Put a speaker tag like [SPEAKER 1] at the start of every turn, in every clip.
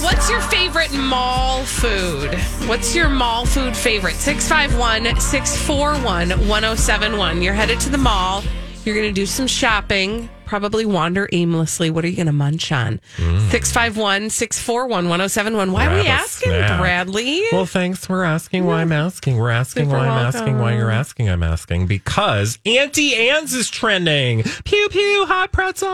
[SPEAKER 1] What's your favorite mall food? What's your mall food favorite? 651 641 1071. You're headed to the mall. You're going to do some shopping, probably wander aimlessly. What are you going to munch on? 651 641 1071. Why are
[SPEAKER 2] Mm. Grab
[SPEAKER 1] we
[SPEAKER 2] a
[SPEAKER 1] asking,
[SPEAKER 2] snack.
[SPEAKER 1] Bradley?
[SPEAKER 2] Well, thanks. We're asking why I'm asking. We're asking
[SPEAKER 1] Super
[SPEAKER 2] why I'm asking why
[SPEAKER 1] welcome.
[SPEAKER 2] you're asking. I'm asking because Auntie Anne's is trending. Pew pew hot pretzel.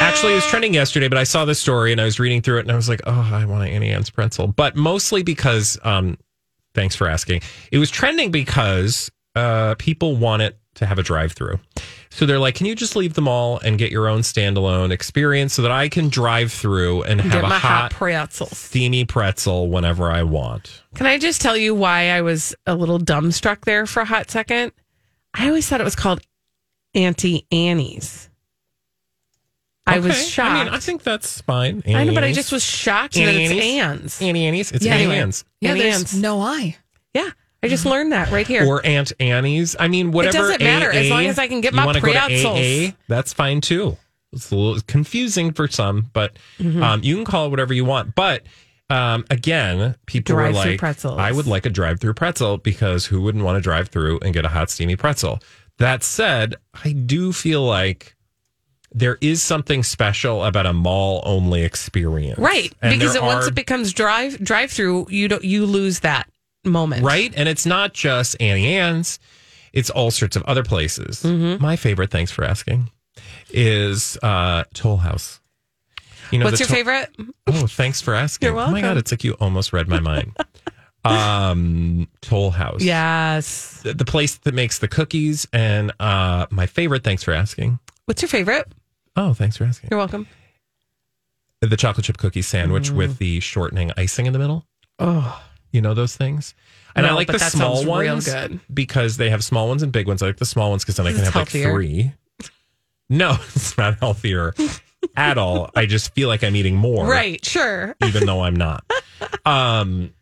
[SPEAKER 2] Actually, it was trending yesterday, but I saw this story and I was reading through it and I was like, oh, I want an Auntie Anne's pretzel. But mostly because, um, thanks for asking. It was trending because uh, people want it to have a drive through. So they're like, can you just leave the mall and get your own standalone experience so that I can drive through and have
[SPEAKER 1] Get my
[SPEAKER 2] a
[SPEAKER 1] hot
[SPEAKER 2] hot
[SPEAKER 1] pretzels.
[SPEAKER 2] steamy pretzel whenever I want.
[SPEAKER 1] Can I just tell you why I was a little dumbstruck there for a hot second? I always thought it was called Auntie Annie's. I
[SPEAKER 2] Okay.
[SPEAKER 1] was shocked.
[SPEAKER 2] I mean, I think that's fine.
[SPEAKER 1] I know, but I
[SPEAKER 2] Annie's.
[SPEAKER 1] just was shocked that
[SPEAKER 2] Annie
[SPEAKER 1] it's
[SPEAKER 2] Annie's?
[SPEAKER 1] Anne's.
[SPEAKER 2] Annie Annie's. It's
[SPEAKER 1] Yeah,
[SPEAKER 2] Annie
[SPEAKER 1] anyway.
[SPEAKER 2] Annie's.
[SPEAKER 1] Yeah,
[SPEAKER 3] Yeah,
[SPEAKER 1] Any
[SPEAKER 3] there's
[SPEAKER 1] ants.
[SPEAKER 3] no I.
[SPEAKER 1] Yeah, I just learned that right here.
[SPEAKER 2] Or Aunt Annie's. I mean, whatever.
[SPEAKER 1] doesn't matter, as
[SPEAKER 2] AA,
[SPEAKER 1] long as I can get
[SPEAKER 2] you
[SPEAKER 1] my
[SPEAKER 2] wanna go to
[SPEAKER 1] pretzels.
[SPEAKER 2] AA, that's fine too. It's a little confusing for some, but
[SPEAKER 1] Mm-hmm.
[SPEAKER 2] um, you can call it whatever you want. But um, again, people were
[SPEAKER 1] Drive-through
[SPEAKER 2] like,
[SPEAKER 1] pretzels.
[SPEAKER 2] I would like a drive through pretzel because who wouldn't want to drive through and get a hot, steamy pretzel? That said, I do feel like there is something special about a mall only experience.
[SPEAKER 1] right,
[SPEAKER 2] And
[SPEAKER 1] because
[SPEAKER 2] there
[SPEAKER 1] it, once
[SPEAKER 2] are-
[SPEAKER 1] it becomes drive drive through, you don't you lose that moment.
[SPEAKER 2] Right? And it's not just Annie Ann's, it's all sorts of other places.
[SPEAKER 1] Mm-hmm.
[SPEAKER 2] My favorite, thanks for asking, is uh, Toll House. You know,
[SPEAKER 1] What's
[SPEAKER 2] the
[SPEAKER 1] your
[SPEAKER 2] Toll-
[SPEAKER 1] favorite?
[SPEAKER 2] Oh, thanks for asking.
[SPEAKER 1] You're
[SPEAKER 2] Oh my God,
[SPEAKER 1] welcome.
[SPEAKER 2] it's like you almost read my mind. um, Toll House.
[SPEAKER 1] Yes.
[SPEAKER 2] The, the place that makes the cookies. And uh, my favorite, thanks for asking.
[SPEAKER 1] What's your favorite?
[SPEAKER 2] Oh, thanks for asking.
[SPEAKER 1] You're welcome.
[SPEAKER 2] The chocolate chip cookie sandwich with the shortening icing in the middle.
[SPEAKER 1] Mm. Oh,
[SPEAKER 2] You know those things? And I
[SPEAKER 1] No,
[SPEAKER 2] like
[SPEAKER 1] but
[SPEAKER 2] the
[SPEAKER 1] that
[SPEAKER 2] small
[SPEAKER 1] sounds real
[SPEAKER 2] ones
[SPEAKER 1] good.
[SPEAKER 2] because they have small ones and big ones. I like the small ones because then I
[SPEAKER 1] Because
[SPEAKER 2] can have
[SPEAKER 1] it's healthier.
[SPEAKER 2] like three. No, it's not healthier at all. I just feel like I'm eating more,
[SPEAKER 1] right. Sure.
[SPEAKER 2] Even though I'm not. Um,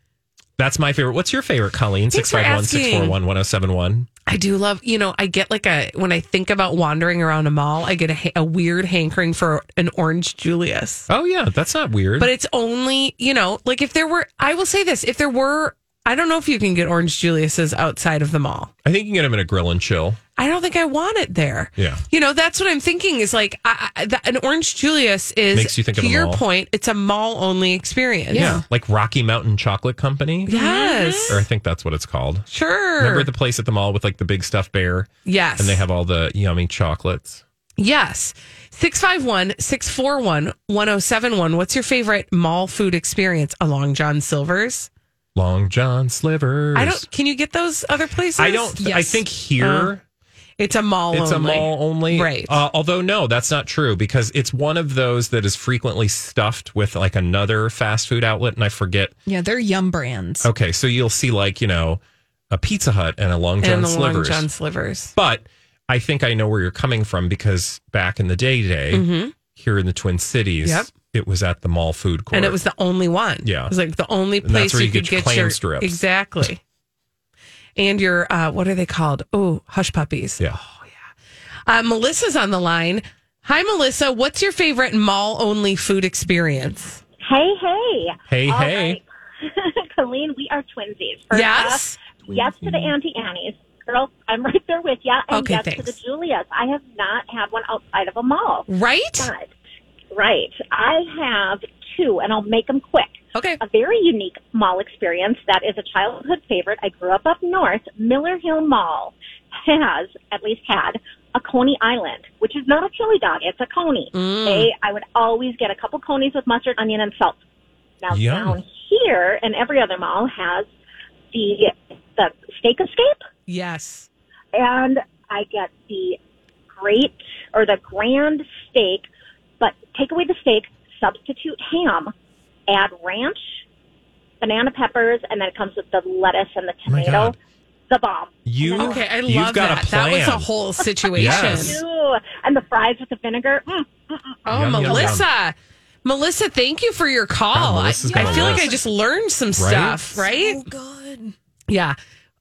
[SPEAKER 2] that's my favorite. What's your favorite, Colleen?
[SPEAKER 1] Thanks for
[SPEAKER 2] 651 641 1071.
[SPEAKER 1] I do love, you know, I get like a, when I think about wandering around a mall, I get a, ha- a weird hankering for an orange Julius.
[SPEAKER 2] Oh, yeah. That's not weird.
[SPEAKER 1] But it's only, you know, like if there were, I will say this, if there were, I don't know if you can get orange Julius's outside of the mall.
[SPEAKER 2] I think you can get them in a grill and chill.
[SPEAKER 1] I don't think I want it there.
[SPEAKER 2] Yeah.
[SPEAKER 1] You know, that's what I'm thinking is like I, I, the, an orange Julius is,
[SPEAKER 2] Makes you think
[SPEAKER 1] to
[SPEAKER 2] of a
[SPEAKER 1] your
[SPEAKER 2] mall.
[SPEAKER 1] point, it's a mall only experience.
[SPEAKER 2] Like Rocky Mountain Chocolate Company.
[SPEAKER 1] Yes.
[SPEAKER 2] Or I think that's what it's called.
[SPEAKER 1] Sure.
[SPEAKER 2] Remember the place at the mall with like the big stuffed bear?
[SPEAKER 1] yes.
[SPEAKER 2] And they have all the yummy chocolates.
[SPEAKER 1] Yes. 651 641 1071. What's your favorite mall food experience? A Long John Silver's?
[SPEAKER 2] Long John Slivers.
[SPEAKER 1] I don't, can you get those other places?
[SPEAKER 2] I don't. I
[SPEAKER 3] Yes.
[SPEAKER 2] think here
[SPEAKER 1] It's a mall
[SPEAKER 2] it's
[SPEAKER 1] Uh, only.
[SPEAKER 2] a mall only.
[SPEAKER 1] Right.
[SPEAKER 2] Uh, although no, that's not true because it's one of those that is frequently stuffed with like another fast food outlet, and I forget.
[SPEAKER 3] Yeah, they're yum brands.
[SPEAKER 2] Okay, so you'll see like you know a Pizza Hut and a Long John
[SPEAKER 1] and the
[SPEAKER 2] Slivers,
[SPEAKER 1] Long John Slivers.
[SPEAKER 2] but I think I know where you're coming from because back in the day, day here in the Twin Cities,
[SPEAKER 1] Mm-hmm. Yep.
[SPEAKER 2] it was at the mall food court,
[SPEAKER 1] And it was the only one.
[SPEAKER 2] Yeah.
[SPEAKER 1] It was like the only
[SPEAKER 2] that's
[SPEAKER 1] place
[SPEAKER 2] where
[SPEAKER 1] you,
[SPEAKER 2] you
[SPEAKER 1] could
[SPEAKER 2] get
[SPEAKER 1] get,
[SPEAKER 2] your clam
[SPEAKER 1] your
[SPEAKER 2] strips.
[SPEAKER 1] Exactly. And your, uh, what are they called? Oh, hush puppies.
[SPEAKER 2] yeah.
[SPEAKER 1] Uh, Melissa's on the line. Hi, Melissa. What's your favorite mall only food experience?
[SPEAKER 4] Hey, hey.
[SPEAKER 2] Hey,
[SPEAKER 4] All
[SPEAKER 2] hey.
[SPEAKER 4] right. Colleen, we are twinsies. First
[SPEAKER 1] yes.
[SPEAKER 4] up, yes to the Auntie Annie's. Girl, I'm right there with you. And
[SPEAKER 1] Okay,
[SPEAKER 4] yes to
[SPEAKER 1] thanks.
[SPEAKER 4] the Julia's. I have not had one outside of a mall.
[SPEAKER 1] Right?
[SPEAKER 4] But, right. I have two, and I'll make them quick.
[SPEAKER 1] Okay.
[SPEAKER 4] A very unique mall experience that is a childhood favorite. I grew up up north. Miller Hill Mall has, at least had, a Coney Island, which is not a chili dog. It's a Coney.
[SPEAKER 1] Mm,
[SPEAKER 2] Mm.
[SPEAKER 4] They, I would always get a couple Coneys with mustard, onion, and salt. Now
[SPEAKER 2] Yum.
[SPEAKER 4] down here, and every other mall has the the steak escape,
[SPEAKER 1] Yes.
[SPEAKER 4] and I get the great or the grand steak, but take away the steak, substitute ham, add ranch, banana peppers, and then it comes with the lettuce and the
[SPEAKER 2] Oh my
[SPEAKER 4] tomato.
[SPEAKER 2] God.
[SPEAKER 4] the bomb.
[SPEAKER 2] You
[SPEAKER 1] Okay, I
[SPEAKER 2] Oh, You've
[SPEAKER 1] love
[SPEAKER 2] got
[SPEAKER 1] that.
[SPEAKER 2] a
[SPEAKER 1] That was a
[SPEAKER 2] plan.
[SPEAKER 1] whole situation.
[SPEAKER 2] Yes.
[SPEAKER 4] Ooh, and the fries with the vinegar. Mm.
[SPEAKER 1] Oh,
[SPEAKER 2] Yum, yum,
[SPEAKER 1] Melissa. Melissa, thank you for your call.
[SPEAKER 2] God,
[SPEAKER 1] I, I
[SPEAKER 2] Melissa's got
[SPEAKER 1] feel
[SPEAKER 2] a
[SPEAKER 1] like
[SPEAKER 2] list.
[SPEAKER 1] I just learned some stuff, right?
[SPEAKER 3] Oh, good.
[SPEAKER 1] Yeah.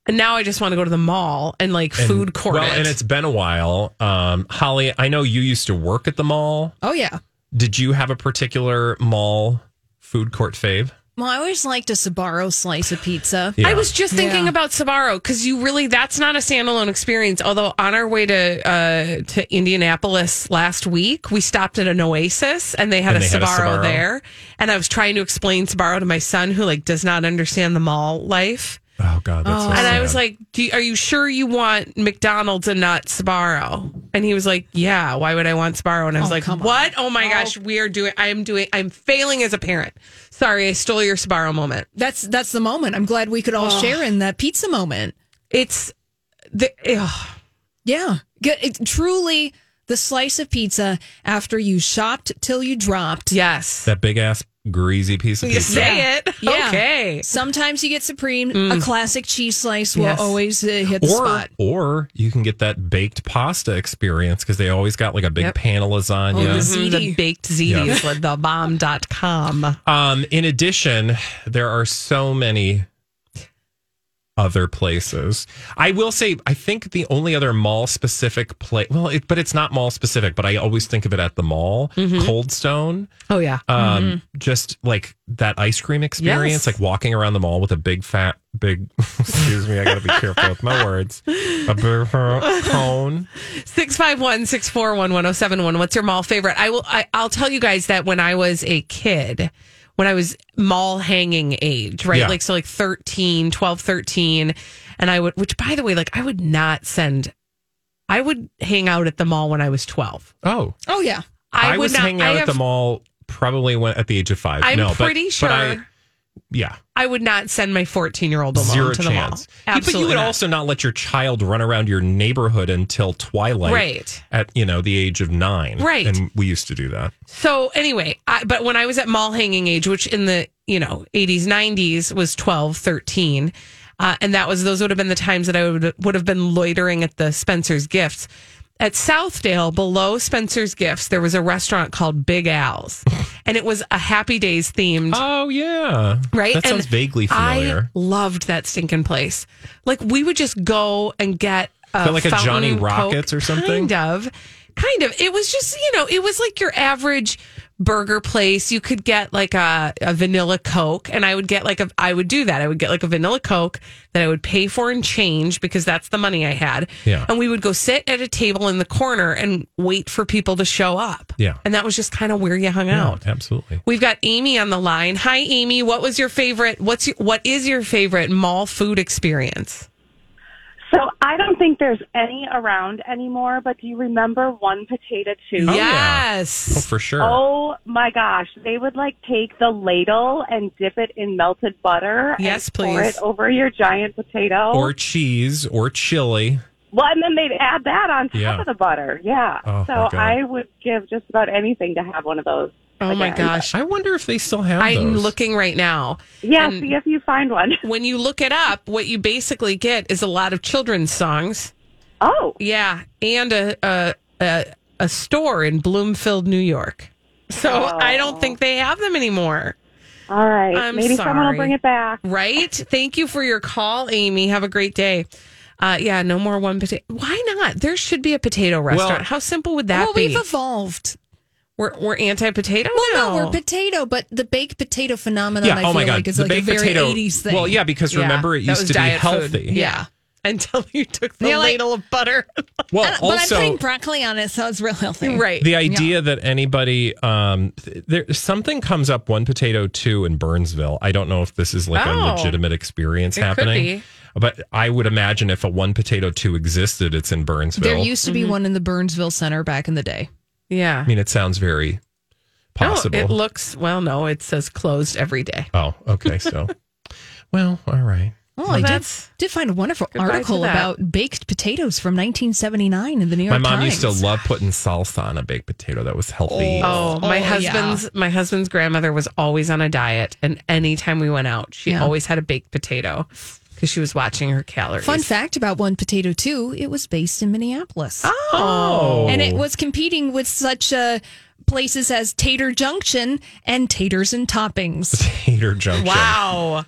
[SPEAKER 1] And now I just want to go to the mall and like
[SPEAKER 2] and-
[SPEAKER 1] food court.
[SPEAKER 2] Well,
[SPEAKER 1] it.
[SPEAKER 2] and it's been a while. Um, Holly, I know you used to work at the mall.
[SPEAKER 3] Oh, yeah.
[SPEAKER 2] Did you have a particular mall food court fave?
[SPEAKER 3] Well, I always liked a Sbarro slice of pizza.
[SPEAKER 1] I was just thinking
[SPEAKER 3] Yeah.
[SPEAKER 1] about Sabaro because you really that's not a standalone experience. Although on our way to uh, to Indianapolis last week, we stopped at an Oasis and they had,
[SPEAKER 2] And
[SPEAKER 1] a,
[SPEAKER 2] they had a
[SPEAKER 1] Sabaro
[SPEAKER 2] Sbarro.
[SPEAKER 1] there, and I was trying to explain Sabaro to my son who like does not understand the mall life,
[SPEAKER 2] Oh God, that's so
[SPEAKER 1] and I was
[SPEAKER 2] sad.
[SPEAKER 1] like, Do you, "Are you sure you want McDonald's and not Sabaro?" And he was like, "Yeah, why would I want Sabaro?" And I was like,
[SPEAKER 3] come on.
[SPEAKER 1] "What? Oh my gosh, we are doing. I am doing. I'm failing as a parent. Sorry, I stole your Sabaro moment."
[SPEAKER 3] That's that's the moment. I'm glad we could all share in that pizza moment.
[SPEAKER 1] It's the. ugh.
[SPEAKER 3] Yeah. Get- it- truly the slice of pizza after you shopped till you dropped.
[SPEAKER 1] Yes.
[SPEAKER 2] that big ass greasy piece of
[SPEAKER 1] You
[SPEAKER 2] pizza.
[SPEAKER 1] say it.
[SPEAKER 3] Yeah.
[SPEAKER 1] Okay.
[SPEAKER 3] Sometimes you get supreme. A classic cheese slice will
[SPEAKER 1] Yes.
[SPEAKER 3] always uh, hit the
[SPEAKER 2] or
[SPEAKER 3] spot.
[SPEAKER 2] or you can get that baked pasta experience because they always got like a big
[SPEAKER 1] Yep.
[SPEAKER 2] pan of lasagna.
[SPEAKER 3] Oh,
[SPEAKER 1] Mhm, The
[SPEAKER 3] ZD.
[SPEAKER 1] baked ziti with the bomb.com.
[SPEAKER 2] Um, in addition, there are so many other places. I will say, I think the only other mall specific place, well, it, but it's not mall specific, but I always think of it at the mall,
[SPEAKER 1] Mm-hmm.
[SPEAKER 2] Cold Stone.
[SPEAKER 1] Oh, yeah.
[SPEAKER 2] Um, just like that ice cream
[SPEAKER 1] Yes.
[SPEAKER 2] experience, like walking around the mall with a big fat, big, excuse me, I gotta be careful with my words, a big fat cone.
[SPEAKER 1] 651 641 1071. What's your mall favorite? I will, I, I'll tell you guys that when I was a kid, when I was mall hanging age, right?
[SPEAKER 2] Yeah.
[SPEAKER 1] Like, so like 13, 12, 13. And I would, which by the way, like I would not send, I would hang out at the mall when I was 12.
[SPEAKER 2] Oh,
[SPEAKER 3] Oh yeah.
[SPEAKER 2] I,
[SPEAKER 1] I, would
[SPEAKER 2] was
[SPEAKER 1] not,
[SPEAKER 2] hanging out
[SPEAKER 1] I
[SPEAKER 2] at the mall probably when at the age of five.
[SPEAKER 1] I'm
[SPEAKER 2] no, but-
[SPEAKER 1] pretty sure.
[SPEAKER 2] But I, yeah.
[SPEAKER 1] I would not send my 14 year old alone
[SPEAKER 2] Zero
[SPEAKER 1] to the
[SPEAKER 2] chance.
[SPEAKER 1] mall.
[SPEAKER 2] Yeah, but you
[SPEAKER 1] Absolutely.
[SPEAKER 2] would
[SPEAKER 1] not.
[SPEAKER 2] also not let your child run around your neighborhood until twilight,
[SPEAKER 1] Right.
[SPEAKER 2] At you know the age of nine,
[SPEAKER 1] Right.
[SPEAKER 2] And we used to do that.
[SPEAKER 1] So anyway, I, but when I was at mall hanging age, which in the, you know, 80s, 90s was 12, 13, uh, and that was, those would have been the times that I would, would have been loitering at the Spencer's Gifts. At Southdale, below Spencer's Gifts, there was a restaurant called Big Al's, and it was a Happy Days themed
[SPEAKER 2] Oh yeah,
[SPEAKER 1] right?
[SPEAKER 2] That
[SPEAKER 1] And
[SPEAKER 2] sounds vaguely familiar.
[SPEAKER 1] I loved that stinking place. Like we would just go and get a
[SPEAKER 2] Felt like a
[SPEAKER 1] fountain
[SPEAKER 2] Johnny
[SPEAKER 1] Coke,
[SPEAKER 2] Rockets or something?
[SPEAKER 1] Kind of, kind of. It was just you know, it was like your average burger place. You could get like a, a vanilla Coke, and I would get like a I would do that. I would get like a vanilla Coke that I would pay for in change because that's the money I had.
[SPEAKER 2] Yeah.
[SPEAKER 1] and we would go sit at a table in the corner and wait for people to show up.
[SPEAKER 2] Yeah.
[SPEAKER 1] and that was just kind of where you hung
[SPEAKER 2] Yeah,
[SPEAKER 1] out.
[SPEAKER 2] absolutely.
[SPEAKER 1] We've got Amy on the line. Hi, Amy. What was your favorite? What's your, what is your favorite mall food experience?
[SPEAKER 5] So I don't think there's any around anymore, but do you remember one potato too?
[SPEAKER 2] Oh, yeah. Oh,
[SPEAKER 1] yes.
[SPEAKER 2] for sure.
[SPEAKER 5] Oh my gosh. They would like take the ladle and dip it in melted butter
[SPEAKER 1] Yes,
[SPEAKER 5] and pour
[SPEAKER 1] please.
[SPEAKER 5] it over your giant potato.
[SPEAKER 2] Or cheese, or chili.
[SPEAKER 5] well, and then they'd add that on top
[SPEAKER 2] Yeah.
[SPEAKER 5] of the butter. Yeah.
[SPEAKER 2] Oh, my
[SPEAKER 5] so
[SPEAKER 2] God.
[SPEAKER 5] I would give just about anything to have one of those.
[SPEAKER 1] Oh my
[SPEAKER 5] again.
[SPEAKER 1] gosh.
[SPEAKER 2] I wonder if they still have
[SPEAKER 1] I'm
[SPEAKER 2] those.
[SPEAKER 1] looking right now.
[SPEAKER 5] Yeah,
[SPEAKER 1] And-
[SPEAKER 5] see if you find one.
[SPEAKER 1] When you look it up, what you basically get is a lot of children's songs.
[SPEAKER 5] Oh.
[SPEAKER 1] Yeah, and a a a, a store in Bloomfield, New York. So I don't think they have them anymore.
[SPEAKER 5] All right.
[SPEAKER 1] I'm
[SPEAKER 5] Maybe someone
[SPEAKER 1] sorry.
[SPEAKER 5] will bring it back.
[SPEAKER 1] Right? Thank you for your call, Amy. Have a great day. Uh, yeah, no more one potato. Why not? There should be a potato restaurant. How simple would that
[SPEAKER 3] well,
[SPEAKER 1] be?
[SPEAKER 3] we've evolved.
[SPEAKER 1] we're we're anti potato.
[SPEAKER 3] Well,
[SPEAKER 1] now.
[SPEAKER 3] no, we're potato, but the baked potato phenomenon.
[SPEAKER 2] Yeah.
[SPEAKER 3] I
[SPEAKER 2] oh
[SPEAKER 3] feel
[SPEAKER 2] my god.
[SPEAKER 3] like is
[SPEAKER 2] the
[SPEAKER 3] like a
[SPEAKER 2] baked
[SPEAKER 3] very
[SPEAKER 2] potato.
[SPEAKER 3] 80s thing.
[SPEAKER 2] Well, yeah, because
[SPEAKER 1] Yeah,
[SPEAKER 2] remember it
[SPEAKER 1] that
[SPEAKER 2] used
[SPEAKER 1] was
[SPEAKER 2] to be
[SPEAKER 1] diet food.
[SPEAKER 2] healthy.
[SPEAKER 1] Yeah. Until you took the
[SPEAKER 3] You're like-
[SPEAKER 1] ladle of butter.
[SPEAKER 2] Well,
[SPEAKER 3] And- but
[SPEAKER 2] also
[SPEAKER 3] I'm putting broccoli on it, so it's real healthy.
[SPEAKER 1] right.
[SPEAKER 2] the idea that anybody um th- there something comes up one potato two in burnsville i don't know if this is like
[SPEAKER 1] Oh.
[SPEAKER 2] a legitimate experience
[SPEAKER 1] It could
[SPEAKER 2] happening
[SPEAKER 1] be.
[SPEAKER 2] but i would imagine if a one potato two existed it's in burnsville
[SPEAKER 3] There used to be one in the Burnsville Center back in the day.
[SPEAKER 1] yeah.
[SPEAKER 2] i mean it sounds very possible
[SPEAKER 1] No, it looks well. No, it says closed every day.
[SPEAKER 2] oh okay so well all right
[SPEAKER 3] Oh,
[SPEAKER 1] Well,
[SPEAKER 3] I did,
[SPEAKER 1] that's-
[SPEAKER 3] did find a wonderful
[SPEAKER 1] to
[SPEAKER 3] article
[SPEAKER 1] that.
[SPEAKER 3] about baked potatoes from 1979 in the New York
[SPEAKER 2] my mom
[SPEAKER 3] Times.
[SPEAKER 2] used to love putting salsa on a baked potato that was healthy
[SPEAKER 1] Oh, my
[SPEAKER 3] Oh, yeah.
[SPEAKER 1] husband's my husband's grandmother was always on a diet, and anytime we went out, she
[SPEAKER 3] Yeah.
[SPEAKER 1] always had a baked potato because she was watching her calories.
[SPEAKER 3] Fun fact about one potato too: it was based in Minneapolis,
[SPEAKER 2] Oh.
[SPEAKER 3] and it was competing with such uh, places as Tater Junction and Taters and Toppings.
[SPEAKER 2] Tater junction
[SPEAKER 1] Wow.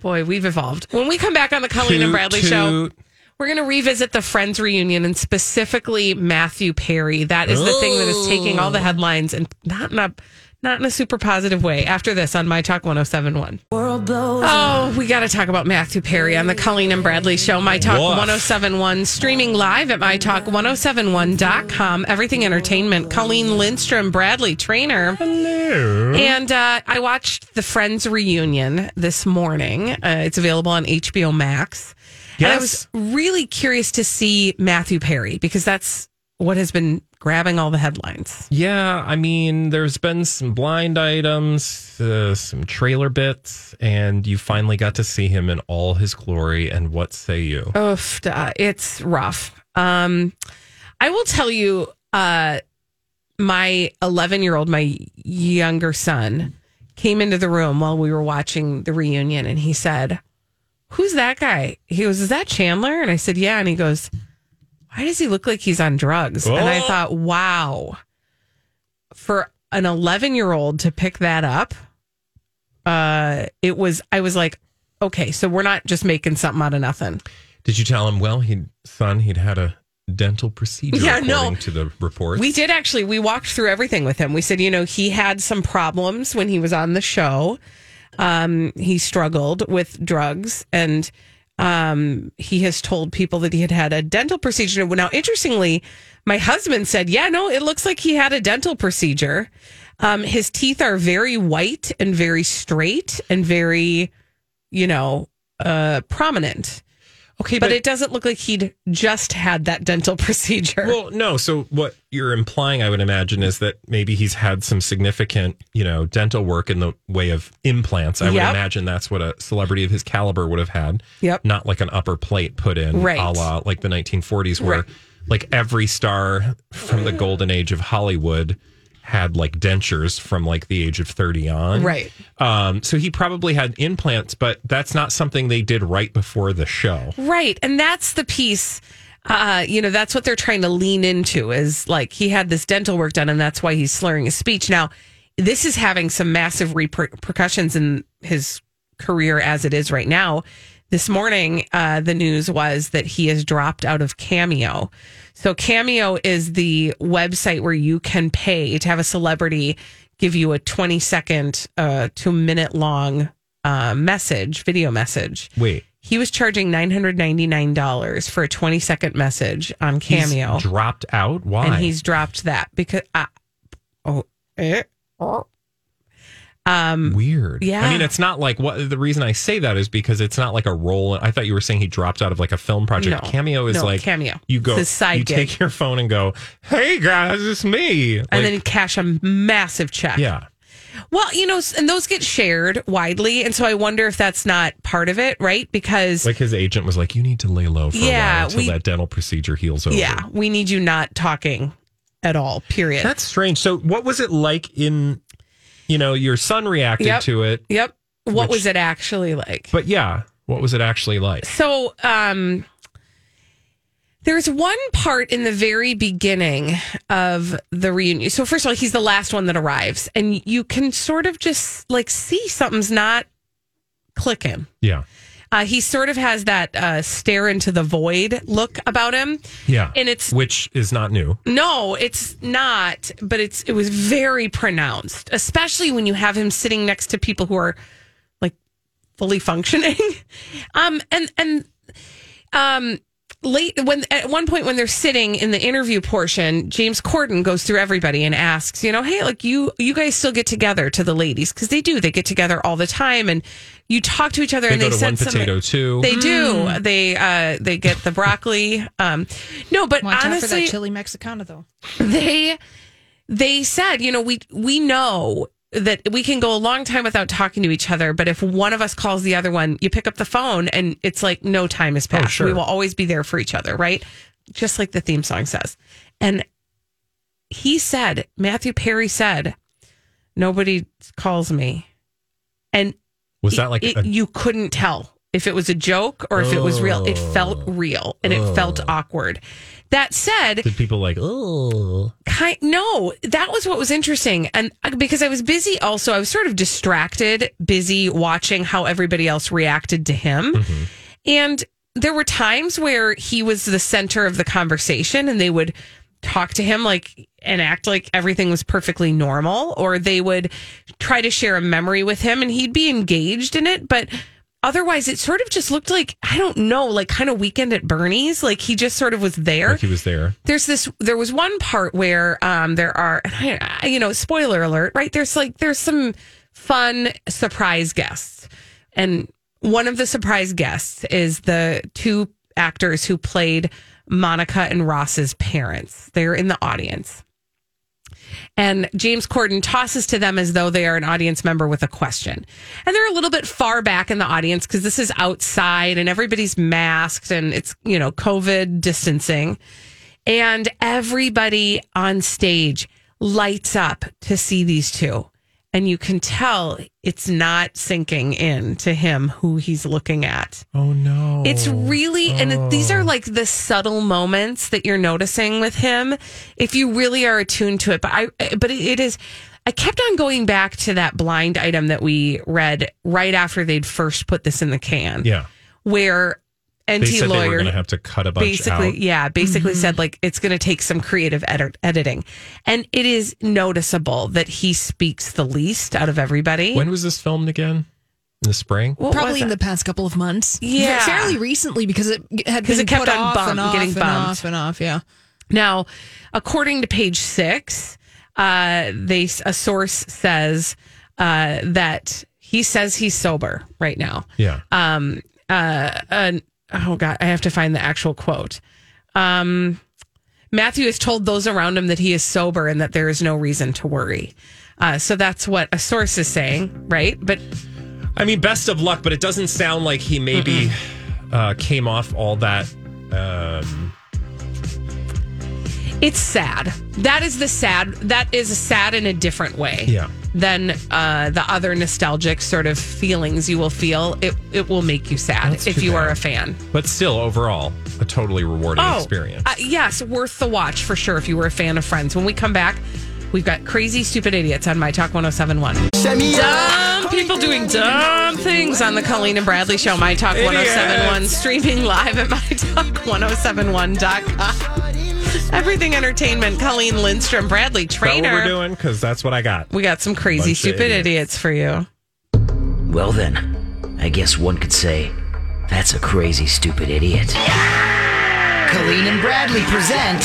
[SPEAKER 1] Boy, we've evolved. When we come back on the Colleen and
[SPEAKER 2] Toot,
[SPEAKER 1] Bradley show,
[SPEAKER 2] toot.
[SPEAKER 1] We're going to revisit the Friends reunion and specifically Matthew Perry. That is the thing that is taking all the headlines and not in a not in a super positive way. After this on My Talk 1071. Oh, we got to talk about Matthew Perry on the Colleen and Bradley show. My Talk
[SPEAKER 2] Woof.
[SPEAKER 1] 1071 streaming live at mytalk1071.com. Everything Entertainment. Colleen Lindstrom, Bradley Trainer. And uh, I watched the Friends reunion this morning. Uh, it's available on HBO Max. And I was
[SPEAKER 2] Yes.
[SPEAKER 1] really curious to see Matthew Perry because that's what has been grabbing all the headlines.
[SPEAKER 2] Yeah, I mean, there's been some blind items, uh, some trailer bits, and you finally got to see him in all his glory. And what say you?
[SPEAKER 1] Oof, duh, it's rough. Um, I will tell you, uh, my 11 year old, my younger son, came into the room while we were watching the reunion and he said, Who's that guy? He goes, Is that Chandler? And I said, Yeah. And he goes, Why does he look like he's on drugs? And I
[SPEAKER 2] Oh.
[SPEAKER 1] thought, Wow, for an 11 year old to pick that up, uh, it was, I was like, Okay, so we're not just making something out of nothing.
[SPEAKER 2] Did you tell him? Well, he son, he'd had a dental procedure.
[SPEAKER 1] Yeah,
[SPEAKER 2] according
[SPEAKER 1] no.
[SPEAKER 2] to the reports.
[SPEAKER 1] We did actually. We walked through everything with him. We said, you know, he had some problems when he was on the show. Um, he struggled with drugs, and um, he has told people that he had had a dental procedure. Now, interestingly, my husband said, yeah, no, it looks like he had a dental procedure. Um, his teeth are very white and very straight and very, you know, uh, prominent.
[SPEAKER 2] okay,
[SPEAKER 1] But it doesn't look like he'd just had that dental procedure.
[SPEAKER 2] Well, no. So what you're implying, I would imagine, is that maybe he's had some significant, you know, dental work in the way of implants. I would
[SPEAKER 1] Yep.
[SPEAKER 2] imagine that's what a celebrity of his caliber would have had.
[SPEAKER 1] Yep.
[SPEAKER 2] Not like an upper plate put in,
[SPEAKER 1] Right.
[SPEAKER 2] a la like the 1940s, where
[SPEAKER 1] Right.
[SPEAKER 2] like every star from the golden age of Hollywood had like dentures from like the age of 30 on.
[SPEAKER 1] Right.
[SPEAKER 2] Um, so he probably had implants, but that's not something they did right before the show.
[SPEAKER 1] Right. And that's the piece, uh, you know, that's what they're trying to lean into is like he had this dental work done and that's why he's slurring his speech. Now, this is having some massive repercussions in his career as it is right now. This morning, uh, the news was that he has dropped out of Cameo. So, Cameo is the website where you can pay to have a celebrity give you a 20 second uh, to minute long uh, message, video message
[SPEAKER 2] Wait.
[SPEAKER 1] he was charging $999 for a 20 second message on
[SPEAKER 2] he's
[SPEAKER 1] Cameo.
[SPEAKER 2] dropped out. Why?
[SPEAKER 1] and he's dropped that because, uh, oh, eh, oh. Um,
[SPEAKER 2] Weird.
[SPEAKER 1] Yeah.
[SPEAKER 2] I mean, it's not like what the reason I say that is because it's not like a role. I thought you were saying he dropped out of like a film project.
[SPEAKER 1] No.
[SPEAKER 2] Cameo is
[SPEAKER 1] No,
[SPEAKER 2] like
[SPEAKER 1] Cameo.
[SPEAKER 2] You go,
[SPEAKER 1] It's his side
[SPEAKER 2] you
[SPEAKER 1] gig.
[SPEAKER 2] take your phone and go, "Hey guys, it's me." Like,
[SPEAKER 1] and then he'd cash a massive check.
[SPEAKER 2] yeah,
[SPEAKER 1] Well, you know, and those get shared widely. And so I wonder if that's not part of it, right? Because,
[SPEAKER 2] like his agent was like, "You need to lay low for
[SPEAKER 1] Yeah,
[SPEAKER 2] a while until
[SPEAKER 1] we-
[SPEAKER 2] that dental procedure heals over."
[SPEAKER 1] yeah, we need you not talking at all, period.
[SPEAKER 2] that's strange. So, what was it like in? You know, your son reacted
[SPEAKER 1] Yep.
[SPEAKER 2] to it,
[SPEAKER 1] yep. What
[SPEAKER 2] Which-
[SPEAKER 1] was it actually like?
[SPEAKER 2] but yeah, what was it actually like?
[SPEAKER 1] so um there's one part in the very beginning of the reunion. So first of all, he's the last one that arrives and you can sort of just like see something's not clicking.
[SPEAKER 2] Yeah,
[SPEAKER 1] Uh, he sort of has that uh, stare into the void look about him.
[SPEAKER 2] yeah,
[SPEAKER 1] And it's
[SPEAKER 2] which is not new.
[SPEAKER 1] no, it's not, but it's it was very pronounced, especially when you have him sitting next to people who are like fully functioning. um and and um late when at one point when they're sitting in the interview portion, James Corden goes through everybody and asks, you know, hey, like you you guys still get together to the ladies cuz they do. They get together all the time and you talk to each other
[SPEAKER 2] They
[SPEAKER 1] and
[SPEAKER 2] go
[SPEAKER 1] they
[SPEAKER 2] to one
[SPEAKER 1] send something-
[SPEAKER 2] potato too.
[SPEAKER 1] They
[SPEAKER 3] Mm.
[SPEAKER 1] do. They uh they get the broccoli. Um no, but
[SPEAKER 3] Watch out for
[SPEAKER 1] honestly
[SPEAKER 3] that chili Mexicana, though.
[SPEAKER 1] they they said, you know, we we know that we can go a long time without talking to each other, but if one of us calls the other one, you pick up the phone and it's like no time has passed.
[SPEAKER 2] Oh, sure.
[SPEAKER 1] We will always be there for each other, right? Just like the theme song says. And he said, Matthew Perry said, nobody calls me. And
[SPEAKER 2] was that like
[SPEAKER 1] it-
[SPEAKER 2] a
[SPEAKER 1] you couldn't tell if it was a joke or if it was real. It felt
[SPEAKER 2] Oh.
[SPEAKER 1] real and it felt awkward. That said,
[SPEAKER 2] Did people like, oh,
[SPEAKER 1] kind no that was what was interesting and uh, because i was busy also i was sort of distracted busy watching how everybody else reacted to him and there were times where he was the center of the conversation and they would talk to him like and act like everything was perfectly normal or they would try to share a memory with him and he'd be engaged in it but otherwise it sort of just looked like i don't know like kind of weekend at bernie's like he just sort of was there
[SPEAKER 2] Like he was there.
[SPEAKER 1] there's this there was one part where um there are and I, I, you know spoiler alert right there's like there's some fun surprise guests and one of the surprise guests is the two actors who played monica and ross's parents they're in the audience and James Corden tosses to them as though they are an audience member with a question. And they're a little bit far back in the audience because this is outside and everybody's masked and it's, you know, COVID distancing. And everybody on stage lights up to see these two. And you can tell it's not sinking in to him who he's looking at.
[SPEAKER 2] Oh no.
[SPEAKER 1] It's really, and it, these are like the subtle moments that you're noticing with him, if you really are attuned to it. But I, but it, it is. I kept on going back to that blind item that we read right after they'd first put this in the can,
[SPEAKER 2] Yeah.
[SPEAKER 1] where NT
[SPEAKER 2] They said
[SPEAKER 1] lawyer
[SPEAKER 2] they were going to have to cut a bunch
[SPEAKER 1] basically
[SPEAKER 2] out. Mm-hmm.
[SPEAKER 1] yeah basically said like it's going to take some creative edit- editing and it is noticeable that he speaks the least out of everybody
[SPEAKER 2] When was this filmed again? In the spring?
[SPEAKER 1] What was
[SPEAKER 3] Probably in
[SPEAKER 1] it?
[SPEAKER 3] the past couple of months.
[SPEAKER 1] Yeah.
[SPEAKER 3] Fairly recently because it had
[SPEAKER 1] 'Cause
[SPEAKER 3] been
[SPEAKER 1] it kept
[SPEAKER 3] put
[SPEAKER 1] on
[SPEAKER 3] off
[SPEAKER 1] bump-
[SPEAKER 3] and off
[SPEAKER 1] getting
[SPEAKER 3] and
[SPEAKER 1] bumped.
[SPEAKER 3] off and off. Yeah.
[SPEAKER 1] Now, according to page six, uh, they a source says uh, that he says he's sober right now.
[SPEAKER 2] Yeah.
[SPEAKER 1] Um, uh, an, oh God, I have to find the actual quote. Um, Matthew has told those around him that he is sober and that there is no reason to worry. Uh, so that's what a source is saying, right? But
[SPEAKER 2] I mean, best of luck, but it doesn't sound like he maybe uh, came off all that. Um,
[SPEAKER 1] it's sad. That is the sad. That is sad in a different way.
[SPEAKER 2] Yeah.
[SPEAKER 1] Than uh, the other nostalgic sort of feelings you will feel. It it will make you sad
[SPEAKER 2] That's
[SPEAKER 1] if
[SPEAKER 2] too
[SPEAKER 1] you are
[SPEAKER 2] bad.
[SPEAKER 1] a fan.
[SPEAKER 2] but still, overall, a totally rewarding experience.
[SPEAKER 1] uh, yes, worth the watch for sure if you were a fan of Friends. When we come back, we've got crazy stupid idiots on My Talk 1071. Dumb people doing dumb things on the Colleen and Bradley show, My Talk 1071, streaming live at MyTalk1071.com. Everything Entertainment, Colleen Lindstrom, Bradley
[SPEAKER 2] Is that what we're
[SPEAKER 1] Trainer.
[SPEAKER 2] doing? Because that's what I got.
[SPEAKER 1] We got some crazy
[SPEAKER 2] Bunch of
[SPEAKER 1] stupid
[SPEAKER 2] idiots.
[SPEAKER 1] idiots for you.
[SPEAKER 6] Well, then, I guess one could say that's a crazy, stupid idiot. Colleen and Bradley present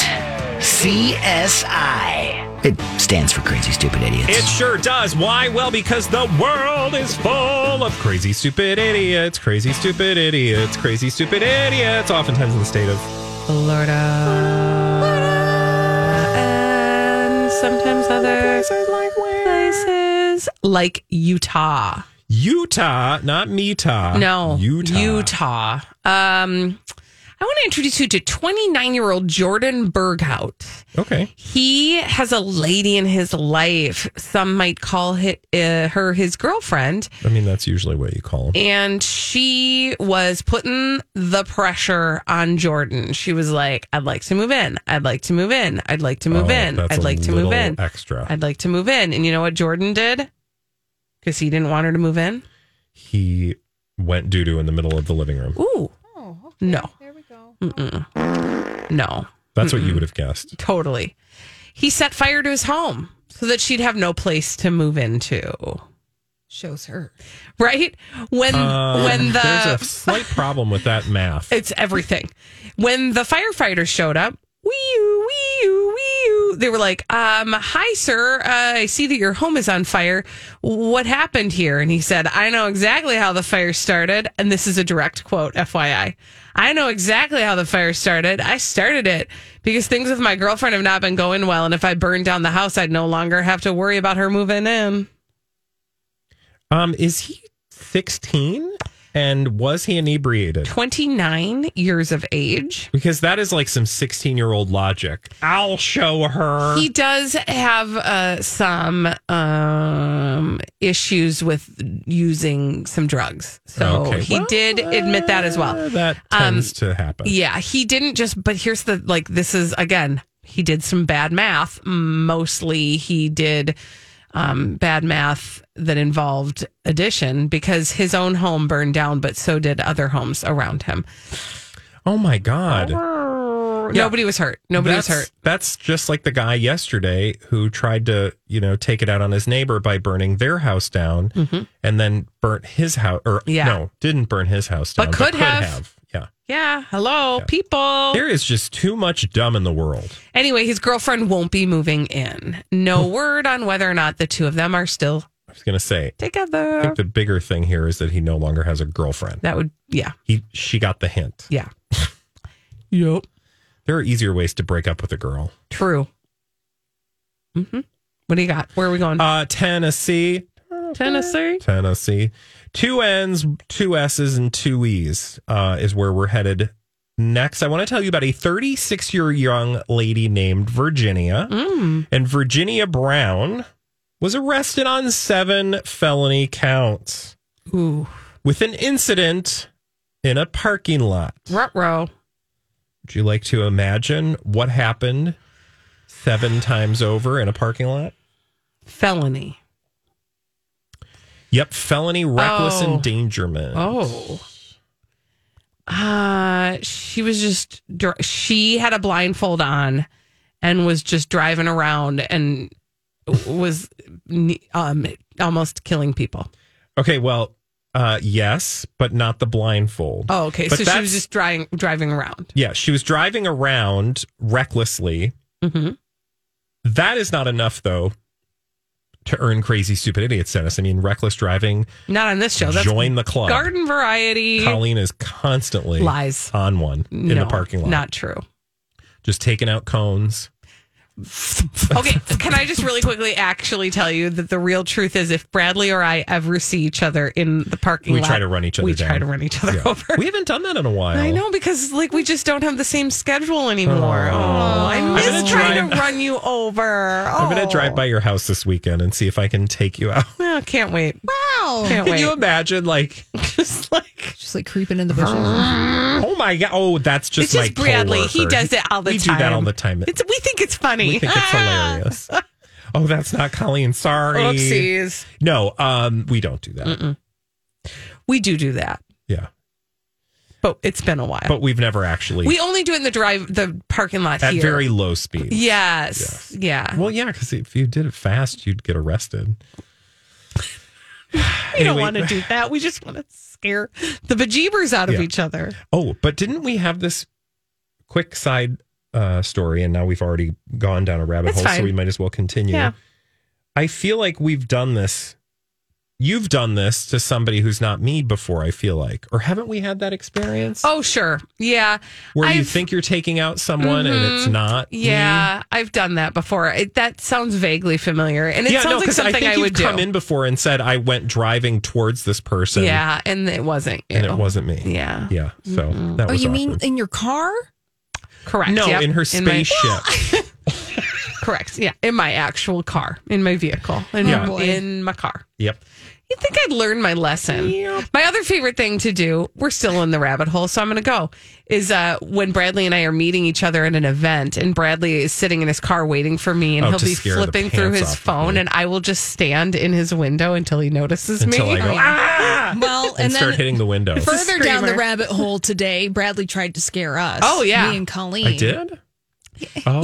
[SPEAKER 6] CSI. It stands for Crazy, Stupid Idiots.
[SPEAKER 2] It sure does. Why? Well, because the world is full of crazy, stupid idiots, crazy, stupid idiots, crazy, stupid idiots, oftentimes in the state of.
[SPEAKER 1] Florida. And sometimes other places like Utah.
[SPEAKER 2] Utah, not Meta.
[SPEAKER 1] No,
[SPEAKER 2] Uh, Utah.
[SPEAKER 1] Utah. Um, I want to introduce you to 29 year old Jordan Berghout.
[SPEAKER 2] Okay.
[SPEAKER 1] He has a lady in his life. Some might call it, uh, her his girlfriend.
[SPEAKER 2] I mean, that's usually what you call them.
[SPEAKER 1] And she was putting the pressure on Jordan. She was like, I'd like to move in. I'd like to move in. I'd like to move
[SPEAKER 2] Oh,
[SPEAKER 1] in.
[SPEAKER 2] that's
[SPEAKER 1] I'd
[SPEAKER 2] a
[SPEAKER 1] like to move
[SPEAKER 2] little
[SPEAKER 1] in.
[SPEAKER 2] Extra.
[SPEAKER 1] I'd like to move in. And you know what Jordan did? Because he didn't want her to move in?
[SPEAKER 2] he went doo doo in the middle of the living room.
[SPEAKER 1] Ooh. No. There we go. Mm-mm. No,
[SPEAKER 2] That's what you would have guessed.
[SPEAKER 1] totally. He set fire to his home so that she'd have no place to move into.
[SPEAKER 3] Shows her.
[SPEAKER 1] Right? When
[SPEAKER 2] Um,
[SPEAKER 1] when
[SPEAKER 2] there's a
[SPEAKER 1] the
[SPEAKER 2] slight problem with that math.
[SPEAKER 1] it's everything. When the firefighters showed up, wee-oo, wee-oo, wee-oo, they were like, um, hi, sir. Uh, I see that your home is on fire. What happened here? And he said, I know exactly how the fire started. And this is a direct quote, FYI. I know exactly how the fire started. I started it because things with my girlfriend have not been going well. And if I burned down the house, I'd no longer have to worry about her moving in.
[SPEAKER 2] Um, is he 16? And was he inebriated?
[SPEAKER 1] 29 years of age.
[SPEAKER 2] Because that is like some 16 year old logic. I'll show her.
[SPEAKER 1] He does have uh, some um, issues with using some drugs. So
[SPEAKER 2] Okay.
[SPEAKER 1] he
[SPEAKER 2] Well,
[SPEAKER 1] did admit that as
[SPEAKER 2] uh,
[SPEAKER 1] well.
[SPEAKER 2] that
[SPEAKER 1] Um,
[SPEAKER 2] tends to happen.
[SPEAKER 1] Yeah, he didn't just, but here's the like, this is again, he did some bad math. Mostly he did um, bad math that involved addition because his own home burned down, but so did other homes around him.
[SPEAKER 2] Oh my God. Yeah.
[SPEAKER 1] Nobody was hurt. Nobody was
[SPEAKER 2] that's,
[SPEAKER 1] hurt.
[SPEAKER 2] That's just like the guy yesterday who tried to, you know, take it out on his neighbor by burning their house down and then burnt his house. Or
[SPEAKER 1] Mm-hmm. Yeah.
[SPEAKER 2] no, didn't burn his house down,
[SPEAKER 1] But could have.
[SPEAKER 2] Yeah.
[SPEAKER 1] Yeah. Hello, people.
[SPEAKER 2] There is just too much dumb in the world.
[SPEAKER 1] Anyway, his girlfriend won't be moving in. No word on whether or not the two of them are still
[SPEAKER 2] I was going to say, I
[SPEAKER 1] together.
[SPEAKER 2] think the bigger thing here is that he no longer has a girlfriend.
[SPEAKER 1] That would, yeah,
[SPEAKER 2] He she got the hint.
[SPEAKER 1] yeah. yep.
[SPEAKER 2] There are easier ways to break up with a girl.
[SPEAKER 1] True. hmm What do you got? Where are we going?
[SPEAKER 2] Uh Tennessee,
[SPEAKER 1] Tennessee.
[SPEAKER 2] Tennessee. Two N's, two S's, and two E's uh, is where we're headed next. I want to tell you about a 36 year young lady named Virginia.
[SPEAKER 1] Mm.
[SPEAKER 2] And Virginia Brown was arrested on seven felony counts
[SPEAKER 1] Ooh.
[SPEAKER 2] with an incident in a parking lot.
[SPEAKER 1] Ruh-roh.
[SPEAKER 2] Would you like to imagine what happened seven times over in a parking lot?
[SPEAKER 1] Felony.
[SPEAKER 2] Yep, felony reckless
[SPEAKER 1] Oh.
[SPEAKER 2] endangerment.
[SPEAKER 1] Oh. Uh, she was just, dr- she had a blindfold on and was just driving around and was um, almost killing people.
[SPEAKER 2] Okay, well, uh, yes, but not the blindfold.
[SPEAKER 1] Oh, okay.
[SPEAKER 2] But
[SPEAKER 1] so she
[SPEAKER 2] that's-
[SPEAKER 1] was just driving, driving around.
[SPEAKER 2] Yeah, she was driving around recklessly.
[SPEAKER 1] Mhm.
[SPEAKER 2] That is not enough, though, to earn crazy, stupid idiot status. I mean, reckless driving,
[SPEAKER 1] Not on this show. That's
[SPEAKER 2] join the club.
[SPEAKER 1] garden variety
[SPEAKER 2] Colleen is constantly
[SPEAKER 1] lies.
[SPEAKER 2] on one in
[SPEAKER 1] No,
[SPEAKER 2] the parking lot,
[SPEAKER 1] Not true.
[SPEAKER 2] just taking out cones.
[SPEAKER 1] Okay, can I just really quickly actually tell you that the real truth is if Bradley or I ever see each other in the parking
[SPEAKER 2] We
[SPEAKER 1] lot,
[SPEAKER 2] try to run each other
[SPEAKER 1] We
[SPEAKER 2] down.
[SPEAKER 1] try to run each other over.
[SPEAKER 2] We haven't done that in a while.
[SPEAKER 1] I know because like we just don't have the same schedule anymore. Oh, I miss
[SPEAKER 2] gonna
[SPEAKER 1] trying to
[SPEAKER 2] drive-
[SPEAKER 1] run you over. Oh,
[SPEAKER 2] I'm going to drive by your house this weekend and see if I can take you out.
[SPEAKER 1] Oh, can't wait.
[SPEAKER 3] Wow.
[SPEAKER 1] Can't
[SPEAKER 2] Can
[SPEAKER 1] wait.
[SPEAKER 2] you imagine, like,
[SPEAKER 1] just like
[SPEAKER 3] Just like creeping in the bushes.
[SPEAKER 2] oh my god, oh that's just
[SPEAKER 1] it's just
[SPEAKER 2] my
[SPEAKER 1] Bradley. He
[SPEAKER 2] coworker.
[SPEAKER 1] does it all the
[SPEAKER 2] we
[SPEAKER 1] time.
[SPEAKER 2] do that all the time.
[SPEAKER 1] It's we think it's funny.
[SPEAKER 2] we think it's hilarious. Oh, that's not Colleen. Sorry.
[SPEAKER 1] Oopsies.
[SPEAKER 2] No, um, we don't do that.
[SPEAKER 1] We do do that,
[SPEAKER 2] Yeah,
[SPEAKER 1] but it's been a while.
[SPEAKER 2] but we've never actually
[SPEAKER 1] we only do it in the drive, the parking lot
[SPEAKER 2] at
[SPEAKER 1] here.
[SPEAKER 2] very low speed.
[SPEAKER 1] Yes. Yeah.
[SPEAKER 2] Well, yeah, because if you did it fast, you'd get arrested.
[SPEAKER 1] we don't want to do that. We just want to scare the bejeebers out of
[SPEAKER 2] Yeah.
[SPEAKER 1] each other.
[SPEAKER 2] Oh, but didn't we have this quick side uh, story? And now we've already gone down a rabbit
[SPEAKER 1] That's
[SPEAKER 2] hole,
[SPEAKER 1] fine.
[SPEAKER 2] so we might as well continue.
[SPEAKER 1] Yeah.
[SPEAKER 2] I feel like we've done this. You've done this to somebody who's not me before. I feel like, or haven't we had that experience
[SPEAKER 1] Oh, sure. Yeah.
[SPEAKER 2] where you
[SPEAKER 1] I've- Mm-hmm.
[SPEAKER 2] think you're taking out someone and it's not? me?
[SPEAKER 1] Yeah, I've done that before. It, that sounds vaguely familiar, and it
[SPEAKER 2] yeah,
[SPEAKER 1] sounds
[SPEAKER 2] no,
[SPEAKER 1] like
[SPEAKER 2] 'cause
[SPEAKER 1] something
[SPEAKER 2] I, think
[SPEAKER 1] I
[SPEAKER 2] you've
[SPEAKER 1] would
[SPEAKER 2] come
[SPEAKER 1] do.
[SPEAKER 2] in before and said I went driving towards this person.
[SPEAKER 1] yeah, and it wasn't.
[SPEAKER 2] and
[SPEAKER 1] you.
[SPEAKER 2] it wasn't me.
[SPEAKER 1] Yeah.
[SPEAKER 2] yeah. So that
[SPEAKER 3] Oh,
[SPEAKER 2] was
[SPEAKER 3] you mean
[SPEAKER 2] awkward.
[SPEAKER 3] in your car?
[SPEAKER 1] Correct.
[SPEAKER 2] no
[SPEAKER 1] Yep.
[SPEAKER 2] in her
[SPEAKER 1] my-
[SPEAKER 2] spaceship?
[SPEAKER 1] correct. Yeah, in my actual car, in my vehicle, in,
[SPEAKER 2] Yeah.
[SPEAKER 1] my, in my car.
[SPEAKER 2] yep.
[SPEAKER 1] You think I'd learn my lesson? My other favorite thing to do, we're still in the rabbit hole, so I'm going to go, is uh, when Bradley and I are meeting each other at an event, and Bradley is sitting in his car waiting for me, and
[SPEAKER 2] Oh,
[SPEAKER 1] he'll
[SPEAKER 2] to
[SPEAKER 1] be
[SPEAKER 2] scare the
[SPEAKER 1] flipping through
[SPEAKER 2] pants
[SPEAKER 1] his
[SPEAKER 2] off of
[SPEAKER 1] phone,
[SPEAKER 2] me.
[SPEAKER 1] and I will just stand in his window until he notices
[SPEAKER 2] Until
[SPEAKER 1] me.
[SPEAKER 2] I go ah,
[SPEAKER 3] Well,
[SPEAKER 2] and
[SPEAKER 3] and
[SPEAKER 2] start
[SPEAKER 3] then
[SPEAKER 2] hitting the window.
[SPEAKER 3] further down the
[SPEAKER 1] Screamer.
[SPEAKER 3] rabbit hole today, Bradley tried to scare us.
[SPEAKER 1] Oh, yeah.
[SPEAKER 3] Me and Colleen.
[SPEAKER 2] I did. Oh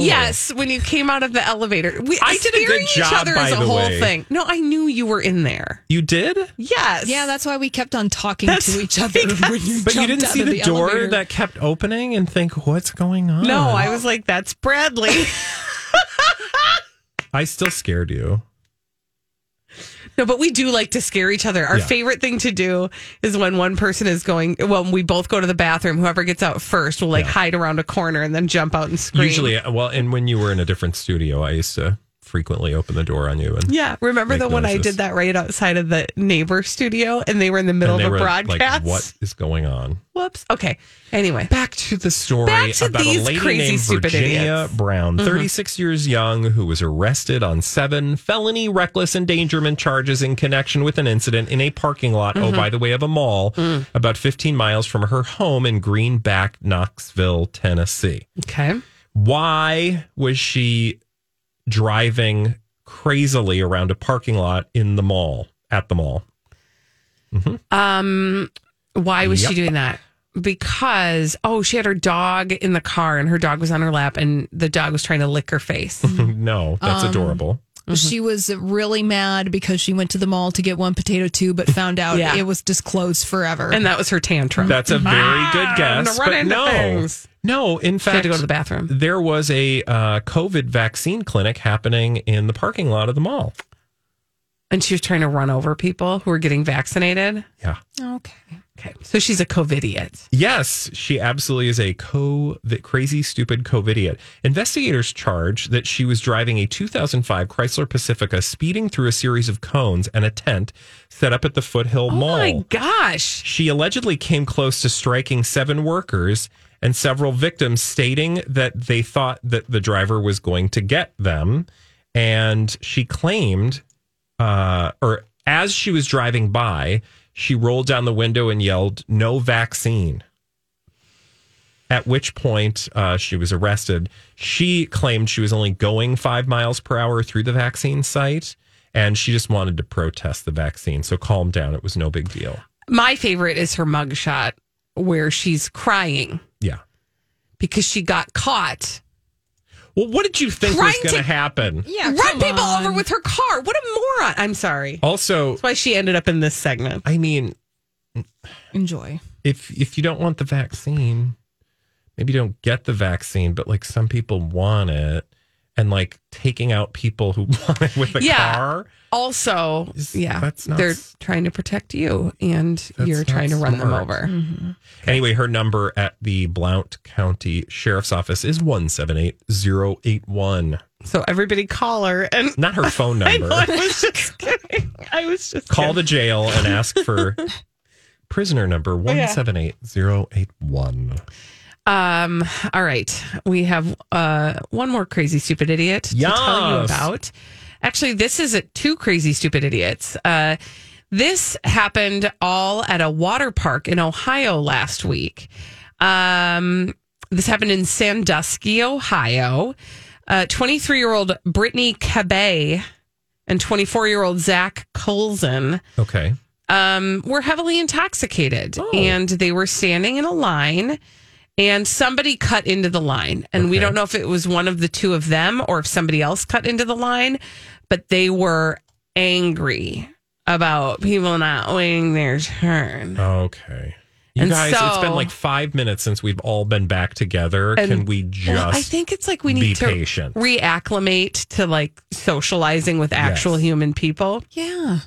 [SPEAKER 1] Yes, when you came out of the elevator, we
[SPEAKER 2] I did a
[SPEAKER 1] scaring
[SPEAKER 2] good
[SPEAKER 1] each
[SPEAKER 2] job,
[SPEAKER 1] other
[SPEAKER 2] by
[SPEAKER 1] is a
[SPEAKER 2] the
[SPEAKER 1] whole
[SPEAKER 2] way.
[SPEAKER 1] thing. No, I knew you were in there.
[SPEAKER 2] you did.
[SPEAKER 1] Yes.
[SPEAKER 3] Yeah, that's why we kept on talking
[SPEAKER 1] That's-
[SPEAKER 3] to each other. When you
[SPEAKER 2] But you
[SPEAKER 3] jumped
[SPEAKER 2] didn't
[SPEAKER 3] out
[SPEAKER 2] see
[SPEAKER 3] of
[SPEAKER 2] the, door
[SPEAKER 3] elevator.
[SPEAKER 2] that kept opening and think, "What's going on?"
[SPEAKER 1] no. I was like, that's Bradley.
[SPEAKER 2] I still scared you.
[SPEAKER 1] No, but we do like to scare each other. Our
[SPEAKER 2] Yeah.
[SPEAKER 1] favorite thing to do is when one person is going, when we both go to the bathroom, whoever gets out first will like hide around a corner and then jump out and scream.
[SPEAKER 2] Usually, well, and when you were in a different studio, I used to frequently open the door on you, and
[SPEAKER 1] Yeah. Remember
[SPEAKER 2] Make
[SPEAKER 1] the one I
[SPEAKER 2] noises.
[SPEAKER 1] did that right outside of the neighbor studio and they were in the middle
[SPEAKER 2] and they
[SPEAKER 1] of a
[SPEAKER 2] were
[SPEAKER 1] broadcast?
[SPEAKER 2] like, "What is going on?"
[SPEAKER 1] Whoops. Okay. Anyway.
[SPEAKER 2] back to the story
[SPEAKER 1] Back to
[SPEAKER 2] about
[SPEAKER 1] these
[SPEAKER 2] a lady
[SPEAKER 1] crazy,
[SPEAKER 2] named
[SPEAKER 1] stupid
[SPEAKER 2] Virginia
[SPEAKER 1] idiots. Mm-hmm.
[SPEAKER 2] Brown, 36 years young, who was arrested on seven felony reckless endangerment charges in connection with an incident in a parking lot,
[SPEAKER 1] Mm-hmm.
[SPEAKER 2] oh, by the way, of a mall
[SPEAKER 1] Mm.
[SPEAKER 2] about 15 miles from her home in Greenback, Knoxville, Tennessee.
[SPEAKER 1] Okay.
[SPEAKER 2] Why was she driving crazily around a parking lot in the mall, at the mall?
[SPEAKER 1] Um, why was she
[SPEAKER 2] Yep.
[SPEAKER 1] doing that? because oh, she had her dog in the car and her dog was on her lap and the dog was trying to lick her face.
[SPEAKER 2] no, that's
[SPEAKER 1] Um,
[SPEAKER 2] adorable.
[SPEAKER 3] She was really mad because she went to the mall to get one potato too, but found out
[SPEAKER 1] Yeah.
[SPEAKER 3] it was just closed forever.
[SPEAKER 1] and that was her tantrum.
[SPEAKER 2] That's a very good
[SPEAKER 1] I'm
[SPEAKER 2] guess.
[SPEAKER 1] gonna run
[SPEAKER 2] But
[SPEAKER 1] into
[SPEAKER 2] no,
[SPEAKER 1] things.
[SPEAKER 2] no. In
[SPEAKER 1] she had
[SPEAKER 2] fact,
[SPEAKER 1] to go to the bathroom.
[SPEAKER 2] there was a uh, COVID vaccine clinic happening in the parking lot of the mall.
[SPEAKER 1] And she was trying to run over people who were getting vaccinated.
[SPEAKER 2] Yeah.
[SPEAKER 3] okay.
[SPEAKER 1] Okay. So she's a COVIDiot.
[SPEAKER 2] Yes, she absolutely is a co the crazy stupid covidiot. Investigators charge that she was driving a 2005 Chrysler Pacifica speeding through a series of cones and a tent set up at the Foothill
[SPEAKER 1] Oh
[SPEAKER 2] Mall.
[SPEAKER 1] my gosh.
[SPEAKER 2] She allegedly came close to striking seven workers and several victims, stating that they thought that the driver was going to get them. And she claimed, uh, or as she was driving by, she rolled down the window and yelled, No vaccine. At which point uh, she was arrested. She claimed she was only going five miles per hour through the vaccine site and she just wanted to protest the vaccine. So calm down. It was no big deal.
[SPEAKER 1] My favorite is her mugshot where she's crying
[SPEAKER 2] Yeah.
[SPEAKER 1] because she got caught.
[SPEAKER 2] Well, what did you think
[SPEAKER 1] Trying
[SPEAKER 2] was going to
[SPEAKER 1] to-
[SPEAKER 2] happen?
[SPEAKER 3] Yeah,
[SPEAKER 1] Run
[SPEAKER 3] come
[SPEAKER 1] people
[SPEAKER 3] on.
[SPEAKER 1] over with her car. What a moron. I'm sorry. That's
[SPEAKER 2] Also,
[SPEAKER 1] why she ended up in this segment.
[SPEAKER 2] I mean,
[SPEAKER 3] Enjoy.
[SPEAKER 2] if if you don't want the vaccine, maybe you don't get the vaccine, but like some people want it and like taking out people who want it with a
[SPEAKER 1] Yeah.
[SPEAKER 2] car.
[SPEAKER 1] Also,
[SPEAKER 2] Is-
[SPEAKER 1] yeah,
[SPEAKER 2] that's not-
[SPEAKER 1] they're trying to protect you and
[SPEAKER 2] That's
[SPEAKER 1] you're
[SPEAKER 2] not
[SPEAKER 1] trying to run them
[SPEAKER 2] smart.
[SPEAKER 1] over.
[SPEAKER 2] Anyway, her number at the Blount County Sheriff's Office is 178081.
[SPEAKER 1] So everybody call her and
[SPEAKER 2] Not her phone number.
[SPEAKER 1] I was just kidding. I was just
[SPEAKER 2] Call the jail and ask for prisoner number
[SPEAKER 1] Oh,
[SPEAKER 2] 178081.
[SPEAKER 1] Um, all right. We have uh, one more crazy, stupid idiot to tell you
[SPEAKER 2] Yes.
[SPEAKER 1] about. Actually, this is a, two crazy, stupid idiots. Uh, this happened all at a water park in Ohio last week. Um, this happened in Sandusky, Ohio. 23 year old Brittany Cabay and 24 year old Zach Colson
[SPEAKER 2] Okay.
[SPEAKER 1] um, were heavily intoxicated
[SPEAKER 2] Oh.
[SPEAKER 1] and they were standing in a line and somebody cut into the line and we
[SPEAKER 2] Okay.
[SPEAKER 1] don't know if it was one of the two of them or if somebody else cut into the line but they were angry about people not waiting their turn
[SPEAKER 2] Okay. You
[SPEAKER 1] And
[SPEAKER 2] guys, it's been
[SPEAKER 1] so-
[SPEAKER 2] like five minutes since we've all been back together.
[SPEAKER 1] And-
[SPEAKER 2] Can we just?
[SPEAKER 1] Well, I think it's like we
[SPEAKER 2] Oh be
[SPEAKER 1] need to
[SPEAKER 2] patient.
[SPEAKER 1] reacclimate to like socializing with actual
[SPEAKER 2] Yes.
[SPEAKER 1] human people.
[SPEAKER 3] Yeah.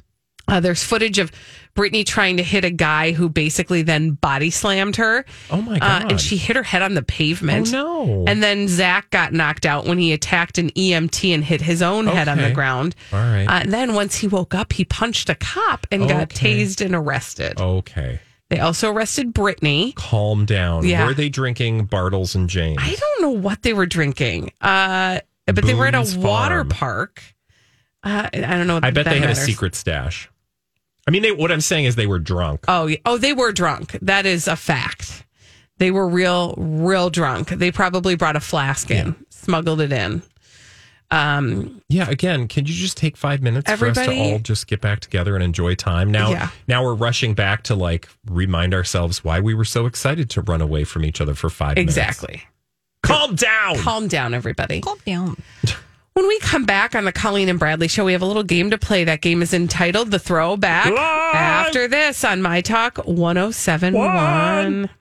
[SPEAKER 1] Uh, there's footage of Brittany trying to hit a guy who basically then body slammed her.
[SPEAKER 2] Oh my
[SPEAKER 1] Uh,
[SPEAKER 2] god!
[SPEAKER 1] and she hit her head on the
[SPEAKER 2] Oh
[SPEAKER 1] pavement.
[SPEAKER 2] no!
[SPEAKER 1] And then Zach got knocked out when he attacked an EMT and hit his own head on the
[SPEAKER 2] Okay.
[SPEAKER 1] ground.
[SPEAKER 2] all right.
[SPEAKER 1] Uh, and then once he woke up, he punched a cop and got
[SPEAKER 2] Okay. Oh.
[SPEAKER 1] tased and arrested.
[SPEAKER 2] okay,
[SPEAKER 1] They also arrested Brittany.
[SPEAKER 2] calm down.
[SPEAKER 1] Yeah.
[SPEAKER 2] Were they drinking Bartles and James?
[SPEAKER 1] I don't know what they were drinking, uh, but they were at
[SPEAKER 2] Boone's
[SPEAKER 1] a water
[SPEAKER 2] Farm.
[SPEAKER 1] park. Uh, I don't know.
[SPEAKER 2] I
[SPEAKER 1] that
[SPEAKER 2] bet they had a
[SPEAKER 1] matters.
[SPEAKER 2] secret stash. I mean, they, what I'm saying is they were drunk.
[SPEAKER 1] Oh, yeah. oh, they were drunk. That is a fact. They were real, real drunk. They probably brought a flask in, smuggled it in.
[SPEAKER 2] yeah. Again, can you just take five minutes for us
[SPEAKER 1] Everybody-
[SPEAKER 2] to all just get back together and enjoy time? Now,
[SPEAKER 1] Yeah.
[SPEAKER 2] now we're rushing back to like remind ourselves why we were so excited to run away from each other for five minutes.
[SPEAKER 1] Exactly.
[SPEAKER 2] Calm down.
[SPEAKER 1] Calm down, everybody.
[SPEAKER 3] Calm down.
[SPEAKER 1] When we come back on the Colleen and Bradley show, we have a little game to play. That game is entitled The Throwback.
[SPEAKER 2] Live!
[SPEAKER 1] oh After this on My Talk 1071.